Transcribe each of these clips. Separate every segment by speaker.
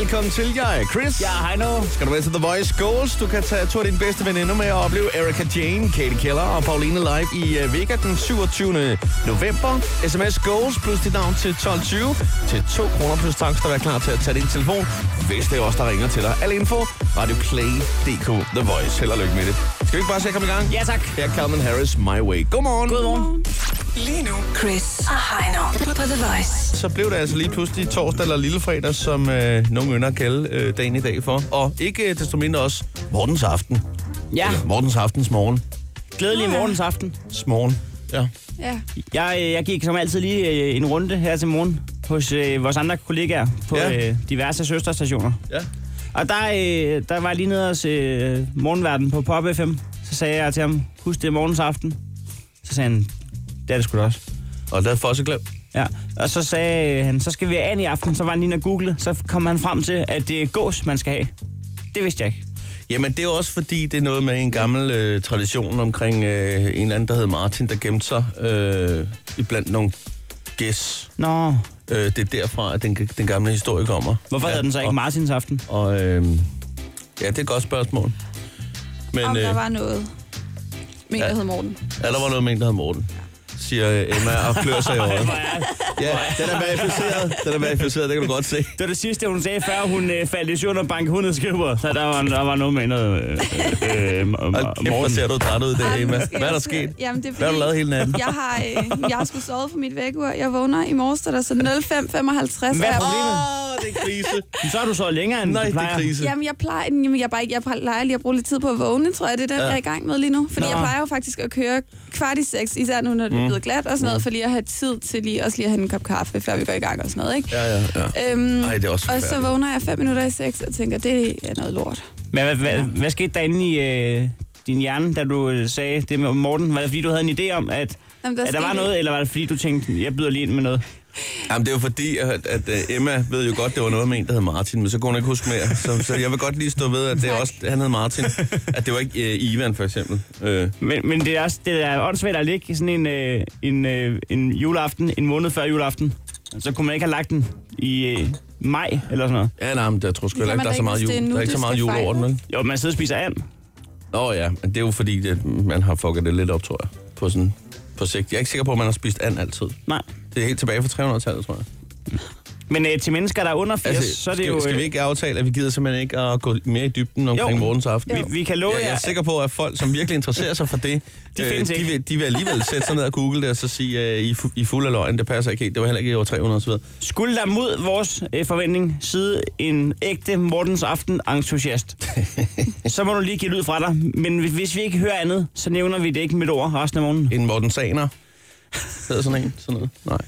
Speaker 1: velkommen til. Jeg er Chris.
Speaker 2: Ja, hej nu.
Speaker 1: Skal du med til The Voice Goals? Du kan tage to af dine bedste veninder med og opleve Erika Jane, Katie Keller og Pauline live i uh, Vega den 27. november. SMS Goals plus dit navn til 12.20 til 2 kroner plus takst og vær klar til at tage din telefon, hvis det er os, der ringer til dig. Al info, radioplay.dk, The Voice. Held og lykke med det. Skal vi ikke bare se at komme i gang?
Speaker 2: Ja, tak.
Speaker 1: Her er Calvin Harris, My Way. Godmorgen.
Speaker 2: Godmorgen.
Speaker 3: Lige nu, Chris og Heino på The Voice.
Speaker 1: så blev det altså lige pludselig torsdag eller lillefredag, som øh, nogen ynder at kalde øh, dagen i dag for. Og ikke øh, desto mindre også morgens aften.
Speaker 2: Ja,
Speaker 1: Eller morgens aftens morgen.
Speaker 2: glædelig morgens aften.
Speaker 1: Smorgen. Ja.
Speaker 4: Ja.
Speaker 2: Jeg, øh, jeg gik som altid lige øh, en runde her til morgen hos øh, vores andre kollegaer på
Speaker 1: Ja.
Speaker 2: ja. øh, diverse søsterstationer.
Speaker 1: Ja.
Speaker 2: Og der, øh, der var jeg lige nede hos øh, morgenverden på Pop FM. Så sagde jeg til ham, husk det er morgens aften. Så sagde han, det er det sgu da også.
Speaker 1: Og lad for sig glem.
Speaker 2: Ja, og så sagde øh, han, så skal vi have an i aften. Så var han lige inde og google, så kom han frem til, at det er gås, man skal have. Det vidste jeg ikke.
Speaker 1: Jamen, det er jo også fordi, det er noget med en gammel øh, tradition omkring øh, en eller anden, der hed Martin, der gemte sig øh, iblandt nogle gæs.
Speaker 2: Nå,
Speaker 1: Øh, det er derfra, at den, den gamle historie kommer.
Speaker 2: hvorfor ja,
Speaker 1: ja,
Speaker 2: hedder den så ikke
Speaker 1: og,
Speaker 2: Martins aften?
Speaker 1: Og, øh, ja, det er et godt spørgsmål. Men,
Speaker 4: Om der
Speaker 1: øh,
Speaker 4: var noget. Men
Speaker 1: ja.
Speaker 4: ja. hed Morten.
Speaker 1: Ja, der var noget med en, der hed Morten, siger øh, Emma og klør sig i øjet. Ja, den er verificeret. Den er verificeret, det kan du godt se.
Speaker 2: Det var det sidste, hun sagde, før hun øh, faldt i søvn og bankede hundrede skriver. Så der var, der var noget med noget øh, øh, øh,
Speaker 1: Og kæft, hvor
Speaker 2: morgen.
Speaker 1: ser du træt ud i dag,
Speaker 4: Ej,
Speaker 1: Emma.
Speaker 4: måske
Speaker 1: Hvad er der
Speaker 4: også-
Speaker 1: sket?
Speaker 4: Jamen, det er
Speaker 1: Hvad har du
Speaker 4: fordi-
Speaker 1: lavet hele natten?
Speaker 4: Jeg har, øh, jeg har sgu sovet for mit vækkeur. Jeg vågner i morges, der er der så 05.55.
Speaker 2: Hvad er
Speaker 4: og jeg-
Speaker 2: problemet?
Speaker 1: Åh, det er krise.
Speaker 2: Men Så er du så længere end
Speaker 1: Nej,
Speaker 2: du
Speaker 1: det er
Speaker 2: plejer.
Speaker 1: krise.
Speaker 4: Jamen, jeg plejer, jamen, jeg, er bare ikke, jeg plejer lige at bruge lidt tid på at vågne, tror jeg. Det er den,
Speaker 1: Ja.
Speaker 4: ja. jeg er i gang med lige nu.
Speaker 2: Nå.
Speaker 4: Fordi Nå. jeg plejer jo faktisk at køre kvart i seks, især nu, når det
Speaker 1: Mm.
Speaker 4: er blevet glat og sådan noget, for lige at have tid til lige, også lige at have en kop kaffe, før vi går i gang og sådan noget, ikke?
Speaker 1: Ja, ja, ja.
Speaker 4: Øhm,
Speaker 1: Ej, det er også
Speaker 4: og så
Speaker 1: forfærdeligt.
Speaker 4: vågner jeg fem minutter i seks og tænker, det er noget lort.
Speaker 2: Men hvad, hvad, hvad skete der inde i øh, din hjerne, da du øh, sagde det med Morten? Var det fordi, du havde en idé om, at,
Speaker 4: Jamen,
Speaker 2: at der
Speaker 4: skete
Speaker 2: var
Speaker 4: ikke-
Speaker 2: noget, eller var det fordi, du tænkte, jeg byder lige ind med noget?
Speaker 1: Jamen, det er jo fordi, at, at øh, Emma ved jo godt, det var noget med en, der hed Martin, men så kunne hun ikke huske mere. Så, så jeg vil godt lige stå ved, at det er
Speaker 4: Tak.
Speaker 1: også, han hed Martin. At det var ikke øh, Ivan, for eksempel. Øh,
Speaker 2: Men, men det er også det er åndssvagt at ligge sådan en, øh, en, øh, en juleaften, en måned før juleaften. Så kunne man ikke have lagt den i øh, maj eller sådan noget.
Speaker 1: ja, nej, men jeg tror sgu
Speaker 4: Det
Speaker 1: heller
Speaker 4: kan
Speaker 1: ikke, der
Speaker 4: man
Speaker 1: er
Speaker 4: da
Speaker 1: så
Speaker 4: ikke,
Speaker 1: meget
Speaker 4: hvis
Speaker 1: jul.
Speaker 4: det er nu,
Speaker 1: Der er ikke så
Speaker 4: det
Speaker 1: meget
Speaker 4: skal
Speaker 1: jul over den,
Speaker 4: fejres.
Speaker 1: vel?
Speaker 2: Jo, man sidder og spiser and.
Speaker 1: Nå ja, men det er jo fordi, at man har fucket det lidt op, tror jeg, på, sådan, på sigt. Jeg er ikke sikker på, at man har spist and altid.
Speaker 2: Nej.
Speaker 1: Det er helt tilbage fra 300-tallet, tror jeg.
Speaker 2: Men øh, til mennesker, der er under 80, altså, så er det
Speaker 1: skal,
Speaker 2: jo...
Speaker 1: skal vi
Speaker 2: øh,
Speaker 1: ikke aftale, at vi gider simpelthen ikke at gå mere i dybden omkring
Speaker 2: Jo.
Speaker 1: morgens aften?
Speaker 2: Vi- vi kan love
Speaker 1: jeg, jeg
Speaker 2: jer,
Speaker 1: er
Speaker 2: at-
Speaker 1: sikker på, at folk, som virkelig interesserer sig for det, øh,
Speaker 2: De findes
Speaker 1: de,
Speaker 2: ikke.
Speaker 1: vil, de vil alligevel sætte sig ned og google det, og så sige, at I, er fu- I er fuld af løgn, det passer ikke helt. Det var heller ikke i år 300 osv.
Speaker 2: Skulle der mod vores øh, forventning sidde en ægte Mortens Aften entusiast, så må du lige give lyd fra dig. Men hvis, hvis vi ikke hører andet, så nævner vi det ikke med et ord resten af morgenen.
Speaker 1: En Morten Saner hedder sådan en. Sådan noget. Nej.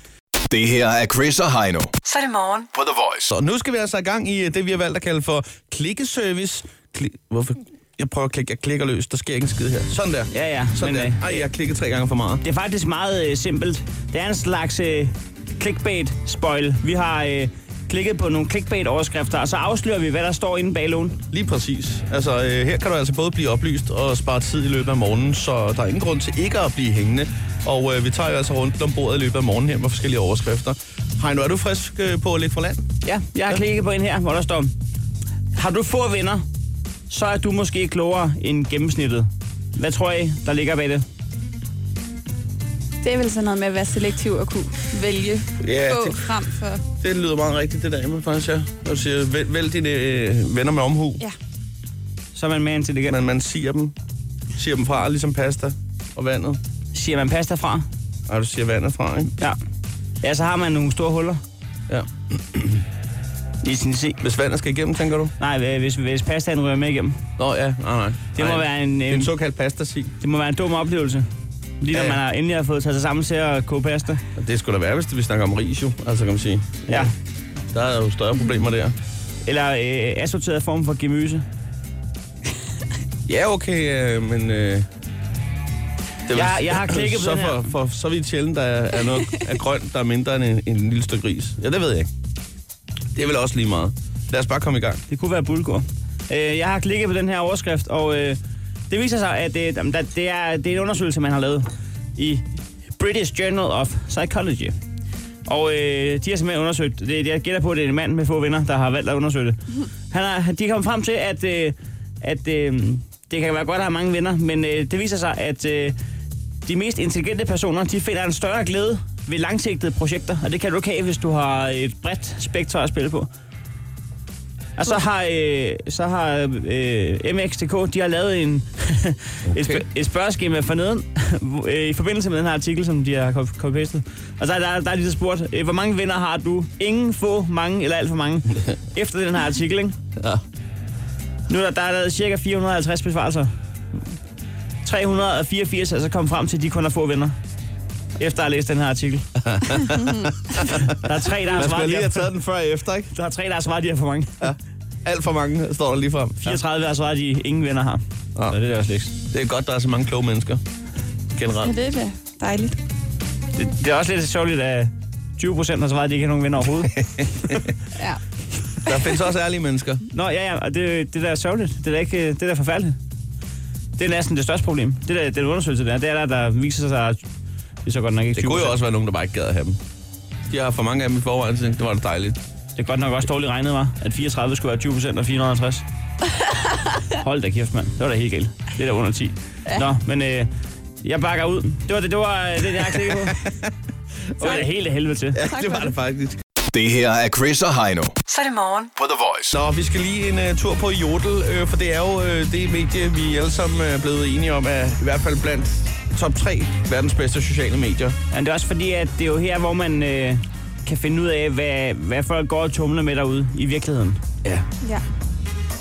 Speaker 5: Det her er Chris og Heino
Speaker 3: Så er det morgen.
Speaker 5: på The Voice.
Speaker 1: Så nu skal vi altså i gang i øh, det, vi har valgt at kalde for klikkeservice. Kli Hvorfor? Jeg prøver at klikke. Jeg klikker løs. Der sker ikke en skid her. Sådan der.
Speaker 2: Ja, ja,
Speaker 1: Sådan
Speaker 2: men,
Speaker 1: der.
Speaker 2: øh,
Speaker 1: Ej, jeg klikkede tre gange for meget.
Speaker 2: Det er faktisk meget øh, simpelt. Det er en slags øh, clickbait-spoil. Vi har øh, klikket på nogle clickbait-overskrifter, og så afslører vi, hvad der står inde bag lågen.
Speaker 1: Lige præcis. Altså, øh, her kan du altså både blive oplyst og spare tid i løbet af morgenen, så der er ingen grund til ikke at blive hængende. Og øh, vi tager jo altså rundt om bordet i løbet af morgenen her med forskellige overskrifter. Hej, nu er du frisk øh, på at lægge fra land?
Speaker 2: Ja, jeg har
Speaker 1: Ja.
Speaker 2: klikket på en her, hvor der står, har du få venner, så er du måske klogere end gennemsnittet. Hvad tror I, der ligger bag det?
Speaker 4: Det er vel sådan noget med at være selektiv og kunne vælge
Speaker 1: Ja,
Speaker 4: ja, bog
Speaker 1: det-
Speaker 4: det... frem for...
Speaker 1: Det lyder meget rigtigt, det der, Emma, faktisk, ja. Du siger, vælg, vælg dine øh, venner med omhu,
Speaker 4: Ja.
Speaker 2: Så er man mere intelligent.
Speaker 1: men man siger dem. Siger dem fra, ligesom pasta og vandet.
Speaker 2: siger man pasta fra.
Speaker 1: Nej, du siger vandet fra, ikke?
Speaker 2: Ja. Ja, så har man nogle store huller
Speaker 1: Ja.
Speaker 2: i sin se.
Speaker 1: Hvis vandet skal igennem, tænker du?
Speaker 2: Nej, øh, hvis, hvis pastaen ryger med igennem.
Speaker 1: Nå, ja. Nej, nej.
Speaker 2: Det må
Speaker 1: nej.
Speaker 2: være en,
Speaker 1: Det er
Speaker 2: en-
Speaker 1: en øhm, såkaldt pastasi.
Speaker 2: Det må være en dum oplevelse. Lige når
Speaker 1: Ja, ja.
Speaker 2: man har endelig har fået taget sig sammen til at koge pasta.
Speaker 1: Og Det skulle da være, hvis det- vi snakker om ris, jo. Altså, kan man sige.
Speaker 2: Ja.
Speaker 1: Der er jo større problemer der.
Speaker 2: Eller øh, assorteret form for gemyse.
Speaker 1: Ja, okay, øh, men... Øh, det vil-
Speaker 2: Jeg- jeg har klikket på
Speaker 1: så
Speaker 2: den her.
Speaker 1: For, for, så vidt sjældent, der er er noget er grønt, der er mindre end en, en lille stykke ris. Ja, det ved jeg ikke. Det er vel også lige meget. Lad os bare komme i gang.
Speaker 2: Det kunne være bulgur. Øh, jeg har klikket på den her overskrift, og øh, det viser sig, at øh, jamen, der, det, er, det er en undersøgelse, man har lavet i British Journal of Psychology. Og øh, de har simpelthen undersøgt, det, jeg gætter på, at det er en mand med få venner, der har valgt at undersøge det. Han har, de er kommet frem til, at, øh, at øh, det kan være godt at have mange venner, men øh, det viser sig, at øh, de mest intelligente personer, de finder en større glæde ved langsigtede projekter, og det kan du ikke have, hvis du har et bredt spektrum at spille på. Og så har, øh, så har øh, MXDK, de har lavet en, okay. et, sp- et spørgeskema forneden, hvor- øh, i forbindelse med den her artikel, som de har kop- copy-pastet. Og så er der, der er de så spurgt, øh, hvor mange venner har du? Ingen, få, mange eller alt for mange? Efter den her artikel, ikke?
Speaker 1: Ja.
Speaker 2: Nu er der, der er lavet cirka 450 besvarelser. 384 er så altså kommet frem til, at de kun har få venner. Efter at have læst den her artikel. der er tre, der har
Speaker 1: Man skulle
Speaker 2: svaret, de
Speaker 1: lige have
Speaker 2: har,
Speaker 1: taget den før og efter, ikke?
Speaker 2: der er tre, der har svaret, de har for mange.
Speaker 1: Alt for mange står der lige frem.
Speaker 2: 34 har svaret, at de ingen venner har.
Speaker 1: Ja.
Speaker 2: Ja. Så det er også lidt.
Speaker 1: Det er godt, der er så mange kloge mennesker.
Speaker 4: Ja,
Speaker 1: Generelt.
Speaker 4: det er da dejligt.
Speaker 2: Det, det er også lidt sørgeligt, at 20 procent har svaret, at de ikke har nogen venner overhovedet.
Speaker 4: Ja.
Speaker 1: Der findes også ærlige mennesker.
Speaker 2: Nå, ja, ja, og det, det der er sørgeligt. Det er da ikke, det er da forfærdeligt. Det er næsten det største problem. Det der, den undersøgelse der, det er der, der viser sig, at det er så godt nok ikke
Speaker 1: Det kunne jo
Speaker 2: 20%.
Speaker 1: også være nogen, der bare ikke gad at have dem. De har for mange af dem i forvejen, så det var da dejligt.
Speaker 2: Det er godt nok også dårligt regnet, var, at 34 skulle være 20 procent og 450. Hold da kæft, mand. Det var da helt galt. Det er da under 10. Ja. Nå, men øh, jeg bakker ud. Det var det, det, var, øh, det jeg har klikket på. Det var da helt af helvede til.
Speaker 1: Ja, det var det faktisk.
Speaker 5: Det her er Chris og Heino.
Speaker 3: Så er det morgen.
Speaker 5: For The Voice.
Speaker 1: Nå, vi skal lige en uh, tur på Jodel, øh, for det er jo øh, det medie, vi alle sammen øh, er blevet enige om, er i hvert fald blandt top 3 verdens bedste sociale medier.
Speaker 2: Men det er også fordi, at det er jo her, hvor man øh, kan finde ud af, hvad, hvad folk går og tumler med derude i virkeligheden.
Speaker 1: Ja.
Speaker 4: ja.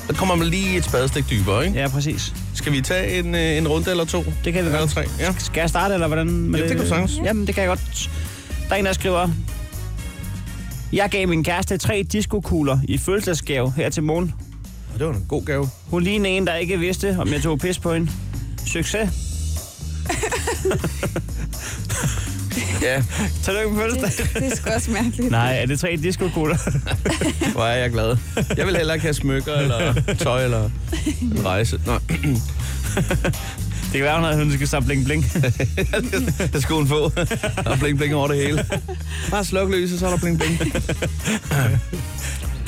Speaker 1: Så kommer man lige et spadestik dybere, ikke?
Speaker 2: Ja, præcis.
Speaker 1: Skal vi tage en, øh, en runde eller to?
Speaker 2: Det kan vi
Speaker 1: Eller
Speaker 2: godt.
Speaker 1: tre, ja.
Speaker 2: Skal jeg starte, eller hvordan? Med
Speaker 1: Ja, det kan du sagtens.
Speaker 2: Jamen, det kan jeg godt. Der er en, der skriver... Jeg gav min kæreste tre diskokugler i fødselsdagsgave her til morgen.
Speaker 1: Og Det var en god gave.
Speaker 2: Hun lignede en, der ikke vidste, om jeg tog pis på hende. Succes.
Speaker 1: Ja,
Speaker 2: Tillykke med fødselsdag.
Speaker 4: Det, det er sgu også mærkeligt.
Speaker 2: Nej, er det tre diskokugler?
Speaker 1: hvor er jeg glad. Jeg vil heller ikke have smykker eller tøj eller en rejse. Nej,
Speaker 2: det kan være, hun havde ønsket sig bling bling.
Speaker 1: det skulle hun få. Der er bling bling over det hele. Bare sluk lyset, så er der bling bling.
Speaker 2: Den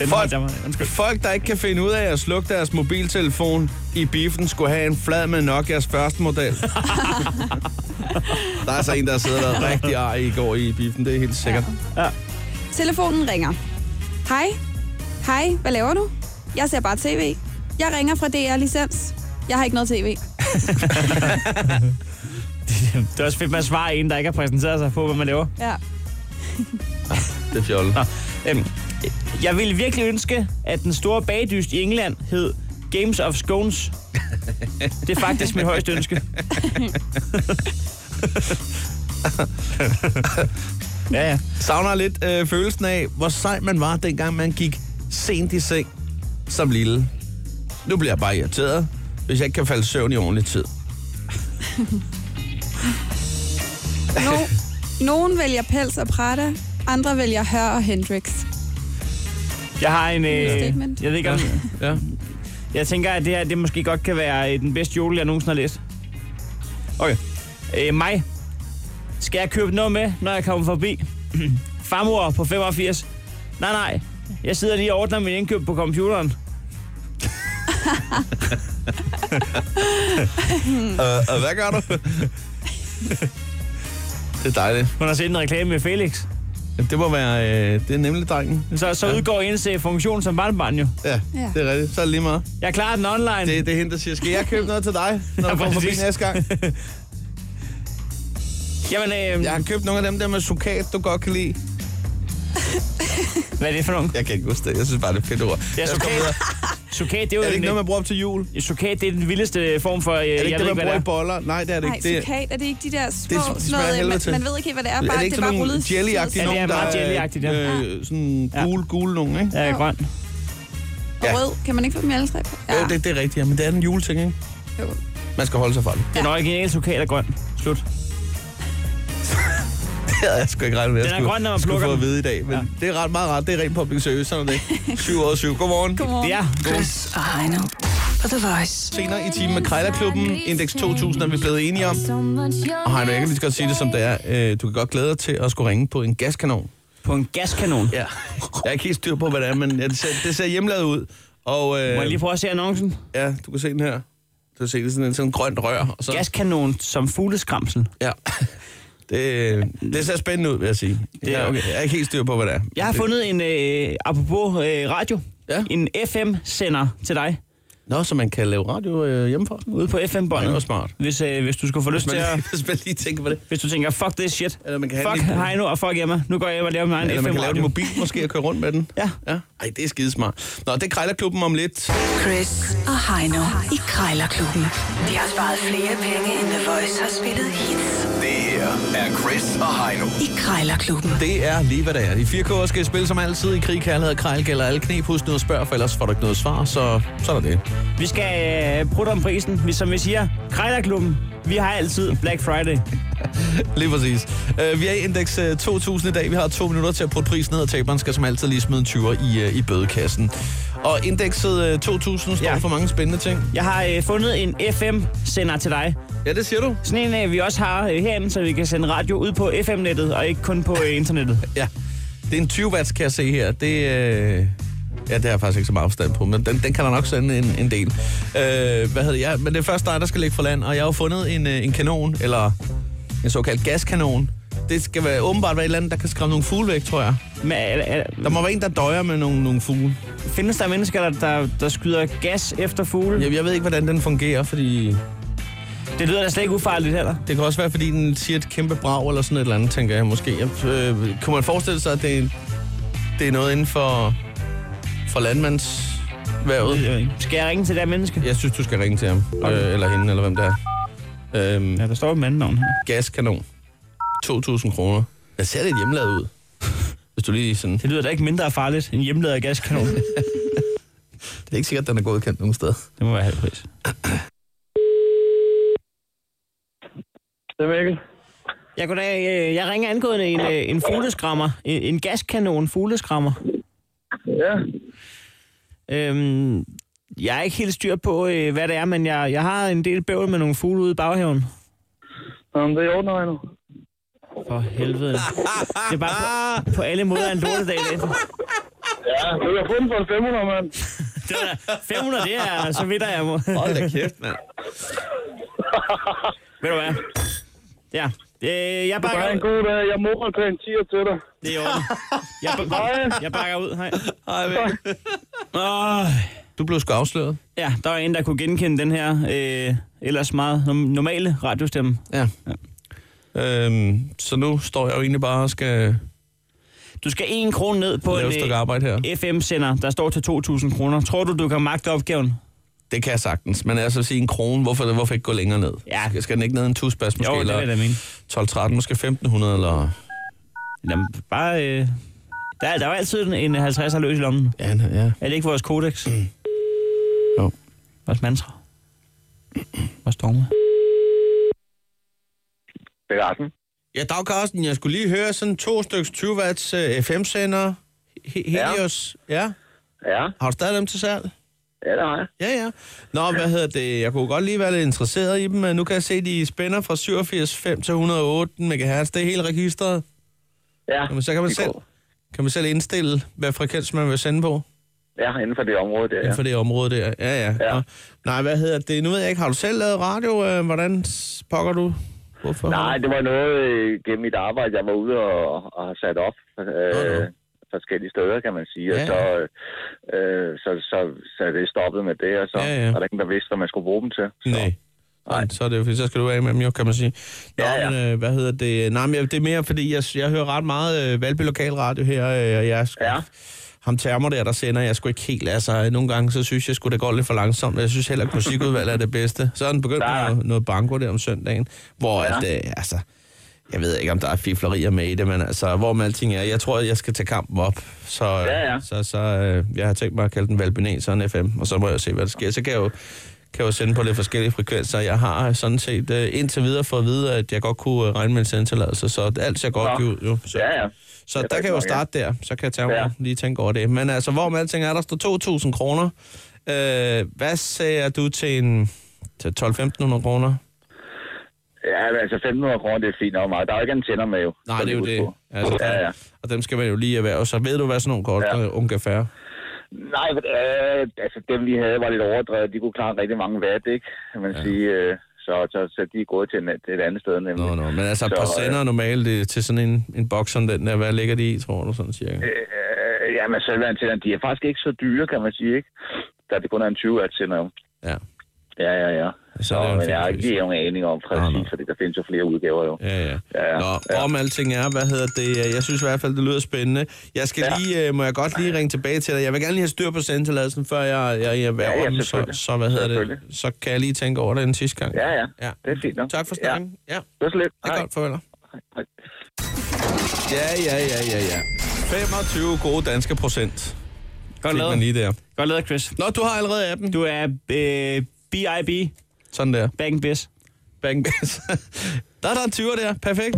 Speaker 1: Folk-
Speaker 2: holdt jeg mig. Undskyld.
Speaker 1: Folk, der ikke kan finde ud af at slukke deres mobiltelefon i biffen, skulle have en flad med Nokias første model. der er så en, der sidder der er rigtig arg i går i biffen, det er helt sikkert.
Speaker 4: Telefonen ringer. Hej. Hej, hvad laver du? Jeg ser bare tv. Jeg ringer fra DR Licens. Jeg har ikke noget tv.
Speaker 2: Det er også fedt, man svarer en, der ikke har præsenteret sig på, hvad man laver.
Speaker 4: Ja.
Speaker 1: Det er fjollet.
Speaker 2: Øhm, jeg ville virkelig ønske, at den store bagdyst i England hed Games of Scones. Det er faktisk mit højeste ønske. ja, ja.
Speaker 1: Savner lidt øh, følelsen af, hvor sej man var, dengang man gik sent i seng som lille. Nu bliver jeg bare irriteret, hvis jeg ikke kan falde i søvn i ordentlig tid.
Speaker 4: No, nogen vælger pels og Prada. Andre vælger Hør og Hendrix.
Speaker 2: Jeg har en... Øh,
Speaker 4: Statement.
Speaker 2: jeg ved ikke, om,
Speaker 1: Ja.
Speaker 2: Jeg tænker, at det her det måske godt kan være øh, den bedste jule, jeg nogensinde har læst. Okay. Øh, mig. Skal jeg købe noget med, når jeg kommer forbi? Farmor på 85. Nej, nej. Jeg sidder lige og ordner min indkøb på computeren.
Speaker 1: Øh, og hvad gør du? det er dejligt.
Speaker 2: Hun har set en reklame med Felix.
Speaker 1: Jamen, Det må være... Øh, det er nemlig drengen.
Speaker 2: Så, så ja. udgår ens øh, funktion som barnbarn jo.
Speaker 1: Ja,
Speaker 4: Ja.
Speaker 1: det er rigtigt. Så er det lige meget.
Speaker 2: Jeg klarer den online.
Speaker 1: Det, det er hende, der siger, skal jeg købe noget til dig, når
Speaker 2: Ja,
Speaker 1: du kommer forbi
Speaker 2: præcis.
Speaker 1: næste gang?
Speaker 2: Jamen, øh,
Speaker 1: Jeg
Speaker 2: ja.
Speaker 1: har købt nogle af dem der med sukat, du godt kan lide.
Speaker 2: hvad er det for nogen?
Speaker 1: Jeg kan ikke huske det. Jeg synes bare, det er et fedt ord.
Speaker 2: Ja,
Speaker 1: Lad os
Speaker 2: sukat.
Speaker 1: komme videre.
Speaker 2: Sukat, det er jo
Speaker 1: Er det ikke noget,
Speaker 2: en, øh,
Speaker 1: man bruger op til jul? Er
Speaker 2: Sukat, det er den vildeste form for... Øh, er
Speaker 1: det ikke
Speaker 2: jeg ved
Speaker 1: det,
Speaker 2: ikke,
Speaker 1: man
Speaker 2: hvad
Speaker 1: bruger i
Speaker 2: det er.
Speaker 1: boller? Nej, det er det
Speaker 4: Nej,
Speaker 1: ikke. Det, er-
Speaker 4: sukat, er det ikke de der små...
Speaker 1: det smager
Speaker 4: sådan noget, øh,
Speaker 1: helvede
Speaker 4: man,
Speaker 1: til.
Speaker 4: man ved ikke helt, hvad det er.
Speaker 1: er
Speaker 4: Bare,
Speaker 1: det
Speaker 4: det,
Speaker 1: ikke
Speaker 4: er bare
Speaker 1: sådan nogle
Speaker 4: rullet...
Speaker 1: jelly-agtige
Speaker 2: Ja, det
Speaker 1: nogen,
Speaker 2: er meget
Speaker 1: der
Speaker 2: jelly-agtigt, ja.
Speaker 1: øh, sådan gul, gul nogen, ikke?
Speaker 2: Ja, grøn.
Speaker 4: Og
Speaker 1: Ja.
Speaker 4: rød. Kan man ikke få dem i alle tre på?
Speaker 1: Jo, det, det er rigtigt, ja, men det er den juleting, ikke?
Speaker 4: Jo.
Speaker 1: Man skal holde sig fra det.
Speaker 2: Den originale sukat er grøn. Slut.
Speaker 1: Det havde jeg sgu ikke regnet med, at
Speaker 2: Den er
Speaker 1: skulle,
Speaker 2: grøn, når man
Speaker 1: skulle
Speaker 2: plukker
Speaker 1: få at
Speaker 2: den.
Speaker 1: vide i dag. Men
Speaker 2: Ja.
Speaker 1: det er ret meget rart. Det er rent public service, sådan er det. 7 år 7. Godmorgen.
Speaker 4: Godmorgen.
Speaker 2: Det er
Speaker 3: Chris og Heino på The Voice.
Speaker 1: Senere i timen med Krejlerklubben, Index 2000 er vi blevet enige om. Og Heino, jeg kan lige så godt sige det som det er. Øh, Du kan godt glæde dig til at skulle ringe på en gaskanon.
Speaker 2: på en gaskanon.
Speaker 1: Ja. Jeg er ikke helt styr på, hvad det er, men ja, det, ser, det ser hjemmelavet ud. Og, øh,
Speaker 2: Må jeg lige prøve at se annoncen?
Speaker 1: Ja, du kan se den her. Du kan se, det er sådan en sådan en grønt rør. Og så,
Speaker 2: Gaskanon som fugleskramsel.
Speaker 1: Ja. Det, det ser spændende ud, vil jeg sige.
Speaker 2: Det er-
Speaker 1: Ja, okay. Jeg er ikke helt styr på, hvad det er.
Speaker 2: Jeg har
Speaker 1: Det-
Speaker 2: fundet en, øh, apropos øh, radio,
Speaker 1: Ja.
Speaker 2: en FM-sender til dig
Speaker 1: Nå, så man kan lave radio øh, hjemmefra.
Speaker 2: ude på
Speaker 1: Det var
Speaker 2: FM-båndet.
Speaker 1: smart.
Speaker 2: Hvis, øh, hvis du skulle få lyst
Speaker 1: Hvis man,
Speaker 2: til at...
Speaker 1: lige, hvis man lige tænker på det.
Speaker 2: Hvis du tænker, fuck this shit.
Speaker 1: Eller man kan have
Speaker 2: fuck
Speaker 1: den i-
Speaker 2: Heino og fuck Emma. Nu går jeg hjem og laver min egen
Speaker 1: Eller man kan lave en
Speaker 2: FM-radio.
Speaker 1: mobil måske og køre rundt med den.
Speaker 2: Ja.
Speaker 1: ja. Ej, det er skidesmart. Nå, det krejler klubben om lidt.
Speaker 3: Chris og Heino i Krejlerklubben. De har sparet flere penge, end The Voice har spillet hits
Speaker 5: Det her er Chris og Heino.
Speaker 3: i Krejlerklubben.
Speaker 1: Det er lige, hvad det er. De fire kår skal spille som altid i krig, kærlighed, krejl, gælder alle knep. Husk nu at spørge, for ellers får du ikke noget svar, så, så er der det.
Speaker 2: Vi skal øh, prutte om prisen. Vi, som vi siger, Krejlerklubben. Vi har altid Black Friday.
Speaker 1: Lige præcis. Uh, vi er i indeks uh, 2000 i dag. Vi har to minutter til at putte prisen ned, og taberen skal som altid lige smide en 20'er i, uh, i bødekassen. Og indekset uh, 2000 står
Speaker 2: Ja.
Speaker 1: ja. for mange spændende ting.
Speaker 2: Jeg har øh, fundet en FM-sender til dig.
Speaker 1: Ja, det siger du.
Speaker 2: Sådan en, øh, vi også har øh, herinde, så vi kan sende radio ud på FM-nettet, og ikke kun på øh, internettet.
Speaker 1: Ja. Det er en 20 watts, kan jeg se her. Det, øh... Ja, det har jeg faktisk ikke så meget afstand på, men den, den kan der nok sende en, en del. Øh, hvad hedder jeg? Men det er først dig, der skal ligge for land, og jeg har jo fundet en, øh, en kanon, eller en såkaldt gaskanon. Det skal være, åbenbart være et eller andet, der kan skræmme nogle fugle væk, tror jeg.
Speaker 2: Men, øh, øh,
Speaker 1: Der må være en, der døjer med nogle, nogle fugle.
Speaker 2: findes der mennesker, der, der, der skyder gas efter fugle?
Speaker 1: Jeg, jeg ved ikke, hvordan den fungerer, fordi...
Speaker 2: Det lyder da slet ikke ufarligt heller.
Speaker 1: Det kan også være, fordi den siger et kæmpe brag eller sådan et eller andet, tænker jeg måske. Jeg, øh, kunne man forestille sig, at det, er- det er noget inden for, for landmandsværet?
Speaker 2: Det ved jeg ikke. Skal jeg ringe til det her menneske?
Speaker 1: Jeg synes, du skal ringe til ham.
Speaker 2: Okay.
Speaker 1: Øh, eller hende, eller hvem det er. Øhm,
Speaker 2: Ja, der står et mandnavn her.
Speaker 1: Gaskanon. 2.000 kroner. Jeg ser lidt hjemmelavet ud. Hvis du lige sådan...
Speaker 2: Det lyder da ikke mindre farligt end hjemmelavet gaskanon. det
Speaker 1: Det er ikke sikkert, at den er godkendt nogen sted.
Speaker 2: må være halv pris.
Speaker 6: Det er Mikkel.
Speaker 2: Ja, goddag. Øh, Jeg ringer angående en, øh, en fugleskrammer. En, en gaskanon fugleskrammer.
Speaker 6: Ja,
Speaker 2: Øhm, jeg er ikke helt styr på, øh, hvad det er, men jeg, jeg har en del bøvl med nogle fugle ude i baghaven.
Speaker 6: Jamen, det er i orden, Heino.
Speaker 2: For helvede. Det er bare på, på alle måder en lortedag. i dag.
Speaker 6: Ja, du har fundet for en 500, mand.
Speaker 2: Det var da 500, det er så vidt, jeg må.
Speaker 1: Hold da kæft, mand.
Speaker 2: Ved du hvad? Ja. Øh, jeg
Speaker 6: Bare
Speaker 2: bakker
Speaker 6: en
Speaker 2: ud.
Speaker 6: god dag. Jeg må tage en tier til dig.
Speaker 2: Det er i orden. Jeg,
Speaker 6: Hej.
Speaker 2: bak- jeg bakker ud. Hej.
Speaker 1: Ej, men.
Speaker 2: Oh,
Speaker 1: Du blev sgu afsløret.
Speaker 2: ja, der var en, der kunne genkende den her øh, ellers meget nom- normale radiostemme.
Speaker 1: Ja. Øhm, så nu står jeg jo egentlig bare og skal
Speaker 2: Du skal en krone ned på
Speaker 1: lave et
Speaker 2: en
Speaker 1: stykke arbejde her.
Speaker 2: øh, FM-sender, der står til 2.000 kroner. Tror du, du kan magte opgaven?
Speaker 1: Det kan jeg sagtens, men altså at sige en krone, hvorfor, hvorfor ikke gå længere ned?
Speaker 2: Ja.
Speaker 1: Skal, skal den ikke ned en tusbas måske?
Speaker 2: Jo, det vil jeg da mene.
Speaker 1: 12-13, måske 1500 eller...
Speaker 2: Jamen, bare... Øh, der, er- der var altid en- en 50'er løs i lommen.
Speaker 1: Ja, ja.
Speaker 2: Er det ikke vores kodex?
Speaker 1: Jo.
Speaker 2: Vores mantra? Vores dogme?
Speaker 6: Det er aften.
Speaker 1: Ja, dag Carsten, jeg skulle lige høre sådan to styks 20 watts uh, FM-sender. He- Helios. Ja. ja.
Speaker 6: Ja,
Speaker 1: Har du stadig dem til salg?
Speaker 6: ja, det har jeg.
Speaker 1: Ja, ja. Nå, hvad hedder det? Jeg kunne godt lige være lidt interesseret i dem, men nu kan jeg se, de spænder fra 87,5 til 108 MHz. Det er helt registret.
Speaker 6: Ja,
Speaker 1: Jamen, så kan man,
Speaker 6: det er
Speaker 1: selv,
Speaker 6: godt.
Speaker 1: kan man selv indstille, hvad frekvens man vil sende på
Speaker 6: Ja, inden for det område der.
Speaker 1: ja.
Speaker 6: Ja.
Speaker 1: for det område der. Ja, ja.
Speaker 6: Ja.
Speaker 1: Nå. Nej, hvad hedder det? Nu ved jeg ikke, har du selv lavet radio? Øh, Hvordan s- pokker du? Hvorfor?
Speaker 6: Nej, det var noget øh, gennem mit arbejde, jeg var ude og, og har sat op.
Speaker 1: Nå,
Speaker 6: Øh,
Speaker 1: nå.
Speaker 6: forskellige steder, kan man sige. Og
Speaker 1: Ja,
Speaker 6: så, øh, så, så, så er det stoppet med det, og så
Speaker 1: Ja,
Speaker 6: ja,
Speaker 1: ja.
Speaker 6: ja. var der ingen, der vidste, hvad man skulle bruge dem til. Så.
Speaker 1: Nej. Nej. Så er det jo, fordi så skal du af med dem jo, kan man sige. Nå,
Speaker 6: Ja, ja.
Speaker 1: men øh, hvad hedder det? Nej, men jeg- det er mere, fordi jeg, jeg hører ret meget øh, Valby Lokalradio her, øh, og jeg er sgu-
Speaker 6: Ja.
Speaker 1: ham termer der, der sender, jeg skulle ikke helt, altså nogle gange, så synes jeg skulle det går lidt for langsomt, og jeg synes heller, at musikudvalget er det bedste. Så er den begyndt
Speaker 6: Ja.
Speaker 1: med noget, noget banko der om søndagen, hvor ja. at, øh, altså, jeg ved ikke, om der er fiflerier med i det, men altså, hvor med alting er, jeg tror, jeg skal tage kampen op, så,
Speaker 6: Ja, ja.
Speaker 1: så, så øh, jeg har tænkt mig at kalde den Valbynæseren FM, og så må jeg se, hvad der sker. Så kan jeg jo, kan jeg jo sende på lidt forskellige frekvenser. Jeg har sådan set øh, indtil videre fået at vide, at jeg godt kunne øh, regne med en sendetilladelse, så alt ser godt
Speaker 6: Nå.
Speaker 1: ud. Jo. Så,
Speaker 6: Ja, ja.
Speaker 1: så
Speaker 6: Det er
Speaker 1: der kan jeg jo
Speaker 6: rigtig nok,
Speaker 1: starte der, så kan jeg tage
Speaker 6: Ja.
Speaker 1: ja. lige tænke over det. Men altså, hvor med alting er, der står 2.000 kroner. Øh, hvad siger du til en til 12-1500 kroner?
Speaker 6: Ja, altså 500 kroner, det er fint nok meget. Der er jo ikke en tænder med jo.
Speaker 1: Nej, det er jo det.
Speaker 6: Altså, ja, ja.
Speaker 1: Og dem skal man jo lige erhverve. Så ved du, hvad sådan nogle kort
Speaker 6: Ja.
Speaker 1: ja. ungefær?
Speaker 6: Nej, men, øh, altså dem vi havde var lidt overdrevet. De kunne klare rigtig mange watt, ikke? Kan man ja. sige. Øh, så, så, så de er gået til, en, til et andet sted nemlig.
Speaker 1: Nå, nå. Men altså,
Speaker 6: Så,
Speaker 1: på
Speaker 6: øh,
Speaker 1: sender normalt øh, til sådan en, en boks som den der, hvad ligger de i, tror du, sådan cirka?
Speaker 6: Øh, jamen, selvværende de er faktisk ikke så dyre, kan man sige, ikke? Da det kun er en 20 watt tænder jo.
Speaker 1: Ja.
Speaker 6: Ja, ja, ja.
Speaker 1: Så
Speaker 6: Så,
Speaker 1: er det jo en
Speaker 6: men jeg har
Speaker 1: fin
Speaker 6: ikke lige nogen aning om præcis,
Speaker 1: Nå, nå.
Speaker 6: fordi der findes jo flere udgaver jo.
Speaker 1: Ja, ja.
Speaker 6: Ja, ja.
Speaker 1: Nå, ja. om alting er, hvad hedder det? Jeg synes i hvert fald, det lyder spændende. Jeg skal ja.
Speaker 6: Ja.
Speaker 1: lige, øh, må jeg godt lige ringe tilbage til dig. Jeg vil gerne lige have styr på sendtilladelsen, før jeg, jeg, jeg er
Speaker 6: Ja, ja,
Speaker 1: ja, så,
Speaker 6: selvfølgelig.
Speaker 1: så, hvad hedder det?
Speaker 6: Selvfølgelig.
Speaker 1: Så kan jeg lige tænke over det en sidste gang.
Speaker 6: Ja, ja. Det er fint nok.
Speaker 1: Tak for
Speaker 6: Ja.
Speaker 1: snakken. Ja. ja.
Speaker 6: Det var så lidt.
Speaker 1: Det er godt, farvel.
Speaker 6: Hej.
Speaker 1: Ja, ja, ja, ja, ja. 25 gode danske procent.
Speaker 2: Godt
Speaker 1: Fik man lige
Speaker 2: lavet.
Speaker 1: der.
Speaker 2: Godt lavet, Chris.
Speaker 1: Nå, du har allerede appen.
Speaker 2: Du er øh, BIB,
Speaker 1: Sådan der.
Speaker 2: back in biz.
Speaker 1: Bang, bang. der er der en 20'er der. Perfekt.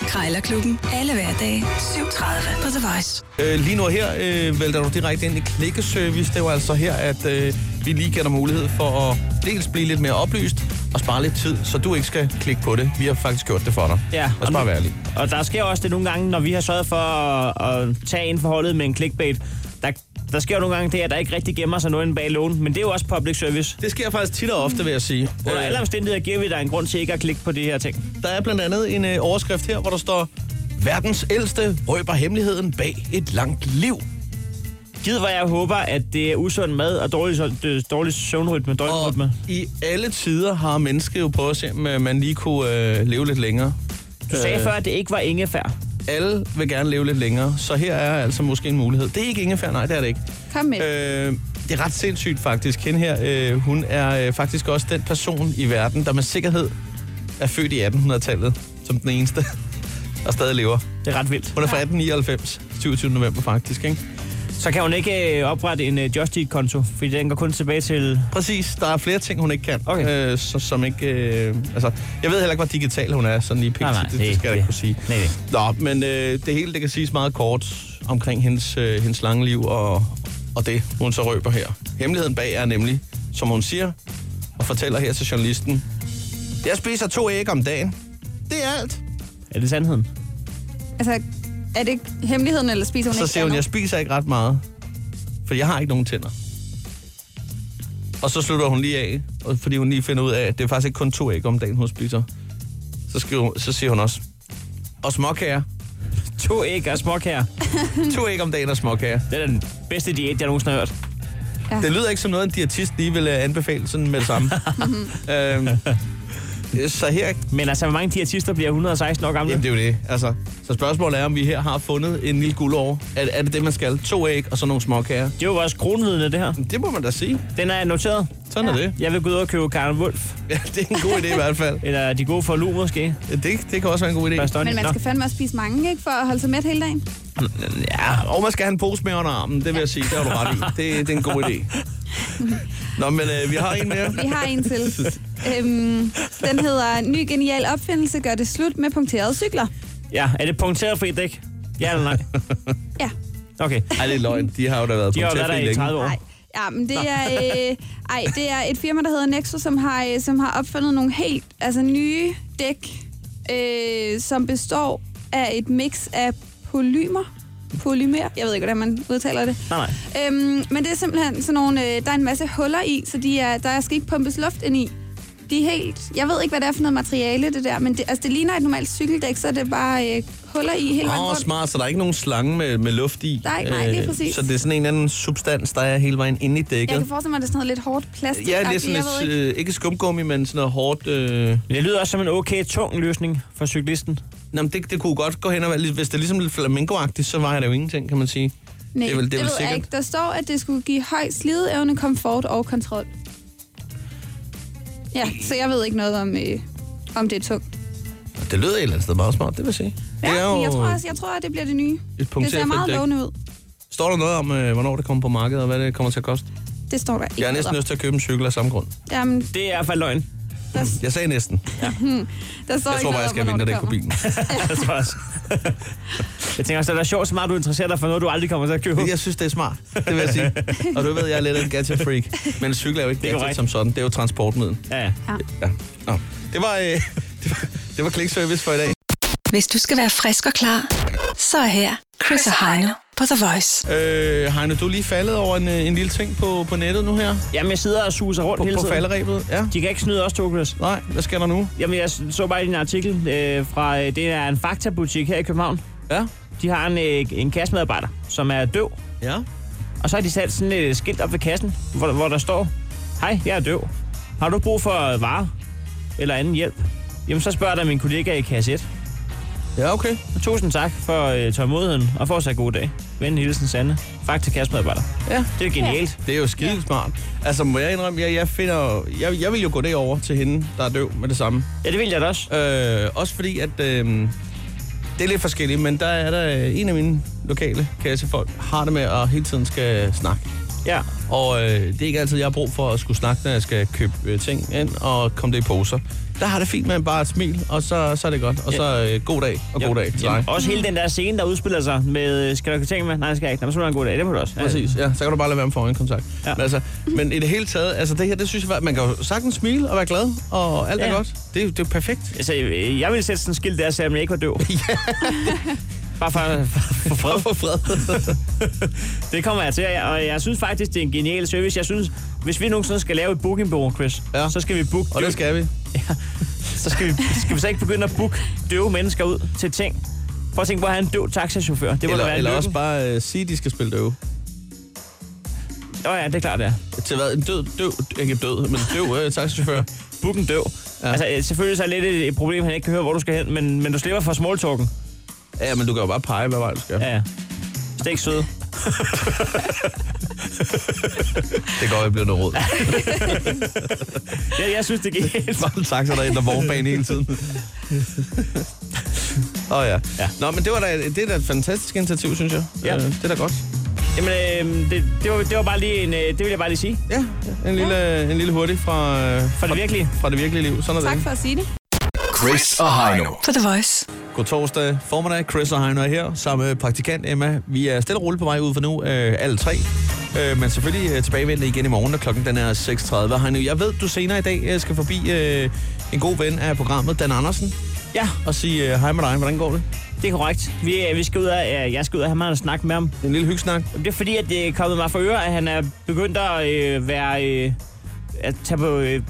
Speaker 3: Krejlerklubben. Alle hverdage. 7.30 på The Voice.
Speaker 1: Øh, lige nu her øh, vælter du direkte ind i klikkeservice. Det var altså her, at øh, vi lige giver dig mulighed for at dels blive lidt mere oplyst og spare lidt tid, så du ikke skal klikke på det. Vi har faktisk gjort det for dig.
Speaker 2: Ja,
Speaker 1: Lad os
Speaker 2: og
Speaker 1: bare
Speaker 2: nu-
Speaker 1: være ærlige.
Speaker 2: Og der sker også det nogle gange, når vi har sørget for at, at tage ind forholdet med en clickbait. Der, der sker jo nogle gange det, at der ikke rigtig gemmer sig noget inde bag lågen. Men det er jo også public service.
Speaker 1: Det sker faktisk tit og ofte, vil jeg sige. Øh,
Speaker 2: Under alle omstændigheder giver vi dig en grund til ikke at klikke på det her ting.
Speaker 1: der er blandt andet en øh, overskrift her, hvor der står, verdens ældste røber hemmeligheden bag et langt liv.
Speaker 2: Gid, hvor jeg håber, at det er usund mad og dårlig, so- øh, dårlig søvnrytme,
Speaker 1: Og
Speaker 2: døgnrytme.
Speaker 1: i alle tider har mennesket jo prøvet at se, om øh, man lige kunne øh, leve lidt længere.
Speaker 2: Du sagde
Speaker 1: Øh,
Speaker 2: før, at det ikke var ingefær.
Speaker 1: Alle vil gerne leve lidt længere, så her er altså måske en mulighed. Det er ikke ingefær, nej, det er det ikke.
Speaker 4: Kom med. Øh.
Speaker 1: Øh, det er ret sindssygt faktisk. Hende her, øh, hun er øh, faktisk også den person i verden, der med sikkerhed er født i 1800-tallet, som den eneste, og stadig lever.
Speaker 2: Det er ret vildt.
Speaker 1: Hun er fra 1899, 27. november faktisk, ikke?
Speaker 2: Så kan hun ikke øh, oprette en øh, Just Eat-konto, fordi den går kun tilbage til...
Speaker 1: Præcis, der er flere ting, hun ikke kan,
Speaker 2: Okay.
Speaker 1: øh, så, som ikke... Øh, altså, jeg ved heller ikke, hvor digital hun er, sådan lige pt.
Speaker 2: Nej, nej,
Speaker 1: det, det
Speaker 2: det-
Speaker 1: skal jeg ikke
Speaker 2: det-
Speaker 1: kunne sige.
Speaker 2: nej,
Speaker 1: Nå, men øh, det hele, det kan siges meget kort omkring hendes, øh, hendes lange liv og, og det, hun så røber her. Hemmeligheden bag er nemlig, som hun siger, og fortæller her til journalisten, jeg spiser to æg om dagen. Det er alt.
Speaker 2: Er det sandheden?
Speaker 4: Altså, er det ikke hemmeligheden, eller spiser hun
Speaker 1: Så
Speaker 4: ikke
Speaker 1: siger hun, jeg
Speaker 4: andet?
Speaker 1: spiser ikke ret meget, for jeg har ikke nogen tænder. Og så slutter hun lige af, og- fordi hun lige finder ud af, at det er faktisk ikke kun to æg om dagen, hun spiser. Så, skriver, hun- så siger hun også, og småkager.
Speaker 2: To æg og småkager.
Speaker 1: To æg om dagen og småkager.
Speaker 2: Det er den bedste diæt, jeg nogensinde har hørt.
Speaker 1: Det lyder ikke som noget, en diætist lige vil øh, anbefale sådan med det samme. øhm, så her...
Speaker 2: Men altså, hvor mange diætister bliver 116 år gamle?
Speaker 1: Jamen, det er jo det. Altså, så spørgsmålet er, om vi her har fundet en lille guldår. Er, er det det, man skal? To æg og så nogle småkager?
Speaker 2: Det er jo vores kronvidne, det her.
Speaker 1: Det må man da sige.
Speaker 2: Den er noteret.
Speaker 1: Sådan ja. er det.
Speaker 2: Jeg vil gå ud og købe Karen Wolf.
Speaker 1: Ja, det er en god idé i hvert fald.
Speaker 2: Eller de gode for Lu, måske.
Speaker 1: Det, det kan også være en god idé.
Speaker 2: Bastoni.
Speaker 4: Men man
Speaker 2: Nå.
Speaker 4: skal fandme også spise mange, ikke? For at holde sig mæt hele dagen.
Speaker 1: Ja, og man skal have en pose med under armen, det vil jeg sige. Det har du ret i. Det, det er en god idé. Nå, men øh, vi har en mere.
Speaker 4: Vi har en til. øhm, den hedder, ny genial opfindelse gør det slut med punkterede cykler.
Speaker 2: Ja, er det punkteret fri dæk? Ja eller nej?
Speaker 4: Ja.
Speaker 2: Okay.
Speaker 1: Ej, det er løgn. De har jo da været
Speaker 2: De har jo
Speaker 1: punkteret
Speaker 2: været der i
Speaker 1: længe.
Speaker 2: 30 år.
Speaker 4: Nej. Ja, men det er, øh, ej, det er et firma, der hedder Nexo, som har, øh, som har opfundet nogle helt altså nye dæk, øh, som består af et mix af polymer. Polymer, jeg ved ikke, hvordan man udtaler det.
Speaker 2: Nej, nej.
Speaker 4: Øhm, men det er simpelthen sådan nogle, øh, der er en masse huller i, så de er, der skal ikke pumpes luft ind i. De er helt, jeg ved ikke, hvad det er for noget materiale, det der, men det, altså, det ligner et normalt cykeldæk, så det er bare øh, huller i hele vejen
Speaker 1: Åh, oh,
Speaker 4: rundt.
Speaker 1: smart, så der er ikke nogen slange med, med luft i.
Speaker 4: Nej, nej, lige
Speaker 1: Øh,
Speaker 4: præcis.
Speaker 1: Så det er sådan en eller anden substans, der er hele vejen inde i dækket.
Speaker 4: Jeg kan forestille mig, at det er sådan noget lidt hårdt plastik.
Speaker 1: Ja, det er sådan
Speaker 4: jeg ved
Speaker 1: lidt,
Speaker 4: ikke.
Speaker 1: øh, ikke skumgummi, men sådan noget hårdt... Øh...
Speaker 2: Det lyder også som en okay tung løsning for cyklisten.
Speaker 1: Nå, men det, det kunne godt gå hen og være... lidt- Hvis det er ligesom lidt flamingoagtigt, så vejer det jo ingenting, kan man sige.
Speaker 4: Nej,
Speaker 1: det er vel- det er vel
Speaker 4: ved
Speaker 1: sikkert.
Speaker 4: jeg ikke. Der står, at det skulle give høj slideevne, komfort og kontrol. Ja, så jeg ved ikke noget om, øh, om det er tungt.
Speaker 1: Det lyder et eller andet sted meget smart, det vil jeg sige.
Speaker 4: Ja,
Speaker 1: det er
Speaker 4: men
Speaker 1: jo...
Speaker 4: jeg tror også, jeg tror, at det bliver det nye. Det ser
Speaker 1: punkterfrit
Speaker 4: meget
Speaker 1: dæk.
Speaker 4: lovende ud.
Speaker 1: Står der noget om, øh, hvornår det kommer på markedet, og hvad det kommer til at koste?
Speaker 4: Det står der ikke.
Speaker 1: Jeg er næsten
Speaker 4: noget
Speaker 1: nødt til at købe en cykel af samme grund.
Speaker 4: om. Jamen,
Speaker 2: Det er i hvert fald løgn.
Speaker 4: der,
Speaker 1: Jeg sagde næsten.
Speaker 4: der står
Speaker 1: Jeg
Speaker 4: ikke
Speaker 1: tror bare,
Speaker 4: noget
Speaker 1: jeg
Speaker 4: om,
Speaker 1: skal
Speaker 4: hvornår
Speaker 1: vente
Speaker 4: det
Speaker 1: den på
Speaker 4: kommer.
Speaker 1: bilen.
Speaker 2: Jeg tror også. Jeg tænker også, det er da sjovt, så meget du interesserer dig for noget, du aldrig kommer til at købe.
Speaker 1: Jeg synes, det er smart, det vil jeg sige. Og du ved, jeg er lidt af en gadget-freak. Men en cykel er jo ikke
Speaker 2: Det er
Speaker 1: gadget
Speaker 2: korrekt.
Speaker 1: som sådan, det er jo transportmiddel.
Speaker 2: Ja, ja.
Speaker 1: Ja. Nå. Det var øh, Det var, det var klikservice for i dag.
Speaker 3: Hvis du skal være frisk og klar, så er her Chris og Heino på The Voice.
Speaker 1: Øh, Heino, du er lige faldet over en, øh, en lille ting på, på nettet nu her.
Speaker 2: Jamen, jeg sidder og suser rundt
Speaker 1: På,
Speaker 2: hele
Speaker 1: på
Speaker 2: tiden.
Speaker 1: falderæbet. Ja.
Speaker 2: De kan ikke snyde os to, Chris.
Speaker 1: Nej, hvad sker der nu?
Speaker 2: Jamen, jeg så bare en artikel øh, fra, øh, det er en faktabutik her i København.
Speaker 1: Ja.
Speaker 2: De har en, øh, en kassemedarbejder, som er døv.
Speaker 1: Ja.
Speaker 2: Og så har de sat sådan et øh, skilt op ved kassen, hvor, hvor der står, Hej, jeg er døv. Har du brug for øh, varer eller anden hjælp? Jamen, så spørger der min kollega i kasse 1.
Speaker 1: Ja, okay.
Speaker 2: Tusind tak for øh, tålmodigheden, og fortsat god dag. Vend hilsen Sande. Fakta kassemedarbejder.
Speaker 1: Ja.
Speaker 2: Det er genialt.
Speaker 1: Det er jo skide smart. Altså, må jeg indrømme, jeg, jeg finder... Jeg, jeg vil jo gå derover til hende, der er døv med det samme.
Speaker 2: Ja, det vil jeg da også.
Speaker 1: Øh, også fordi, at øh, det er lidt forskelligt, men der er der øh, en af mine lokale kassefolk, har det med at hele tiden skal snakke.
Speaker 2: Ja.
Speaker 1: Og øh, det er ikke altid, jeg har brug for at skulle snakke, når jeg skal købe øh, ting ind og komme det i poser. Der har det fint med bare et smil, og så, så er det godt. Og så øh, god dag, og god dag til dig.
Speaker 2: Også hele den der scene, der udspiller sig med, øh, skal du ikke tænke med? Nej, det skal jeg ikke. Nå, men så må du have en god dag. Det må du også. Ja.
Speaker 1: Præcis, ja. Så kan du bare lade være med for øjenkontakt. Ja.
Speaker 2: Ja.
Speaker 1: Men, altså, men i det hele taget, altså det her, det synes jeg, bare- man kan jo sagtens smile og være glad, og alt ja. er
Speaker 2: Ja.
Speaker 1: godt. Det, er jo- det er jo perfekt.
Speaker 2: Altså, øh, jeg ville sætte sådan en skilt der, så jeg ikke var døv. Bare for, for, for
Speaker 1: For
Speaker 2: fred.
Speaker 1: fred.
Speaker 2: Det kommer jeg til, og jeg synes faktisk, det er en genial service. Jeg synes, hvis vi nogensinde skal lave et bookingbureau, Chris,
Speaker 1: Ja.
Speaker 2: ja. så skal vi booke
Speaker 1: og det skal vi.
Speaker 2: så skal vi, skal vi så ikke begynde at booke døve mennesker ud til ting. Prøv at tænke på at have en døv taxachauffør. Det må
Speaker 1: Eller,
Speaker 2: da være
Speaker 1: eller
Speaker 2: en
Speaker 1: også bare øh, sige, at de skal spille døve.
Speaker 2: Åh oh, ja, det er klart, det er.
Speaker 1: Til hvad? En død, døv, ikke død, men døv øh, taxichauffør.
Speaker 2: Book en døv. Ja. Altså, øh, selvfølgelig så er lidt et et problem, han ikke kan høre, hvor du skal hen, men, men du slipper for smalltalken.
Speaker 1: Ja, men du kan jo bare pege, hvad vej du skal. Ja.
Speaker 2: Ja, ja. Stik søde.
Speaker 1: Det går, jeg bliver noget råd.
Speaker 2: Jeg, jeg synes, det er genialt.
Speaker 1: Bare en taxa, der ændrer vognbane hele tiden. Åh oh, ja. ja.
Speaker 2: Ja.
Speaker 1: Nå, men det, var da, det er da et fantastisk initiativ, synes jeg.
Speaker 2: Ja.
Speaker 1: Øh, Det er da godt.
Speaker 2: Jamen, øh, det, det, var, det var bare lige en... Øh, det vil jeg bare lige sige.
Speaker 1: Ja, en lille, en lille hurtig fra, øh,
Speaker 2: For det virkelige.
Speaker 1: fra det virkelige liv. Sådan er
Speaker 4: Tak
Speaker 1: det.
Speaker 4: for at sige det.
Speaker 5: Chris og Heino.
Speaker 3: På The Voice.
Speaker 1: God torsdag formiddag. Chris og Heino er her sammen med praktikant Emma. Vi er stille og roligt på vej ud for nu, øh, alle tre. Øh, men selvfølgelig øh, tilbagevendende igen i morgen, når klokken den er 6.30. Heino, jeg ved, du senere i dag øh, skal forbi øh, en god ven af programmet, Dan Andersen,
Speaker 2: Ja,
Speaker 1: og sige øh, hej med dig. Hvordan går det?
Speaker 2: det er korrekt. Vi, øh, vi skal ud af, øh, jeg skal ud af have mig en snak med ham.
Speaker 1: En lille hyggesnak.
Speaker 2: Det er fordi, at det er kommet mig for øre, at han er begyndt at øh, være... Øh, at tage på øh,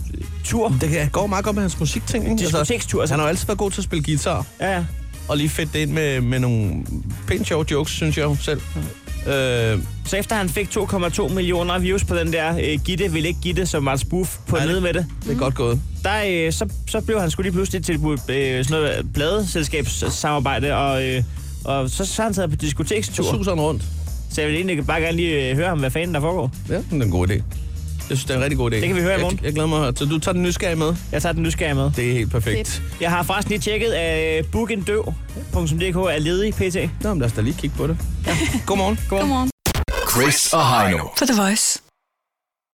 Speaker 2: tur.
Speaker 1: Det kan- går meget godt med hans musikting. ikke?
Speaker 2: Diskotekstur, altså.
Speaker 1: han har jo altid været god til at spille guitar.
Speaker 2: Ja, ja.
Speaker 1: Og lige fedt det ind med, med nogle pænt sjove jokes, synes jeg selv. Øh,
Speaker 2: Så efter han fik 2,2 millioner views på den der øh, Gitte vil ikke Gitte, som var en spoof på
Speaker 1: Ej, det-
Speaker 2: nede med det,
Speaker 1: det er godt gået.
Speaker 2: der, øh, så, så blev han skulle lige pludselig tilbudt øh, sådan noget pladeselskabssamarbejde, og, øh, og så, så er han taget på
Speaker 1: Så
Speaker 2: diskotekstur.
Speaker 1: suser han rundt.
Speaker 2: Så jeg vil egentlig bare gerne lige øh, høre ham, hvad fanden der foregår.
Speaker 1: Ja, det er en god idé. Jeg synes, det er en rigtig god idé.
Speaker 2: Det kan vi høre i
Speaker 1: Jeg-
Speaker 2: morgen.
Speaker 1: Jeg, glæder mig at høre. Så du tager den nysgerrige med?
Speaker 2: Jeg tager den nysgerrige med.
Speaker 1: Det er helt perfekt. Fedt.
Speaker 2: Jeg har forresten lige tjekket, at øh, bookendøv.dk er ledig pt.
Speaker 1: Nå, men lad os da lige kigge på det. Ja. Godmorgen.
Speaker 4: Godmorgen.
Speaker 5: Chris og Heino.
Speaker 3: På The Voice.